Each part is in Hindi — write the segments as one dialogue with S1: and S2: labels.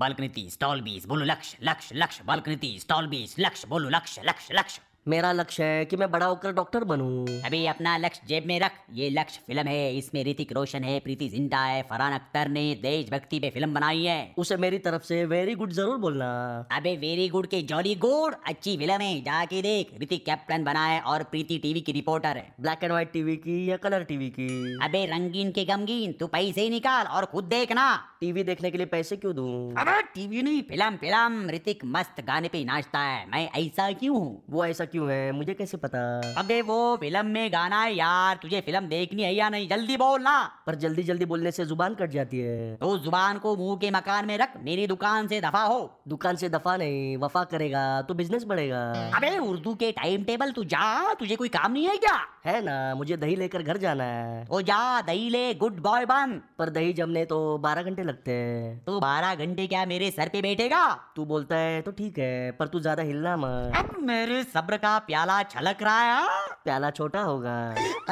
S1: बालकनी तीस स्टॉल बीस बोलो लक्ष्य लक्ष्य लक्ष्य बालकनी तीस स्टॉल बीस लक्ष्य बोलो लक्ष्य लक्ष्य लक्ष्य
S2: मेरा लक्ष्य है कि मैं बड़ा होकर डॉक्टर बनूं
S1: अभी अपना लक्ष्य जेब में रख ये लक्ष्य फिल्म है इसमें ऋतिक रोशन है प्रीति जिंटा है फरहान अख्तर ने देशभक्ति पे फिल्म बनाई है
S2: उसे मेरी तरफ से वेरी गुड जरूर बोलना
S1: अबे वेरी गुड के जॉली गुड अच्छी फिल्म है जाके देख ऋतिक कैप्टन बना है और प्रीति टीवी की रिपोर्टर है
S2: ब्लैक एंड व्हाइट टीवी की या कलर टीवी की
S1: अबे रंगीन के गमगीन तू पैसे ही निकाल और खुद देखना
S2: टीवी देखने के लिए पैसे क्यों दूं
S1: अबे टीवी नहीं फिल्म फिल्म ऋतिक मस्त गाने पे ही नाचता है मैं ऐसा क्यों हूँ
S2: वो ऐसा क्यों है मुझे कैसे पता
S1: अबे वो फिल्म में गाना है यार तुझे फिल्म देखनी है या नहीं जल्दी बोल ना
S2: पर जल्दी जल्दी बोलने से जुबान कट जाती है
S1: तो जुबान को मुंह के मकान में रख मेरी दुकान से दफा हो
S2: दुकान से दफा नहीं वफा करेगा तो बिजनेस बढ़ेगा
S1: अबे उर्दू के टाइम टेबल तू जा तुझे कोई काम नहीं है क्या
S2: है ना मुझे दही लेकर घर जाना है
S1: ओ जा दही ले गुड बॉय बन
S2: पर दही जमने तो बारह घंटे लगते हैं
S1: तू बारह घंटे क्या मेरे सर पे बैठेगा
S2: तू बोलता है तो ठीक है पर तू ज्यादा हिलना मत
S1: अब मेरे सब्र का प्याला छलक रहा है हाँ?
S2: प्याला छोटा होगा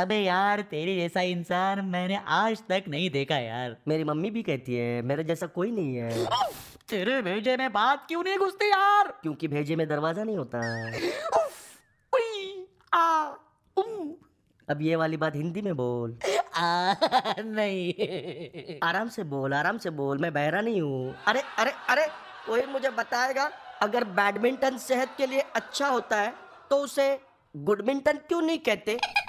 S1: अबे यार तेरे जैसा इंसान मैंने आज तक नहीं देखा यार
S2: मेरी मम्मी भी कहती है मेरे जैसा कोई नहीं है
S1: तेरे भेजे में बात क्यों नहीं घुसती यार
S2: क्योंकि भेजे में दरवाजा नहीं होता
S1: उफ, उई, आ, उम,
S2: अब ये वाली बात हिंदी में बोल
S1: आ, नहीं
S2: आराम से बोल आराम से बोल मैं बहरा नहीं हूँ अरे अरे अरे कोई मुझे बताएगा अगर बैडमिंटन सेहत के लिए अच्छा होता है तो उसे गुडमिंटन क्यों नहीं कहते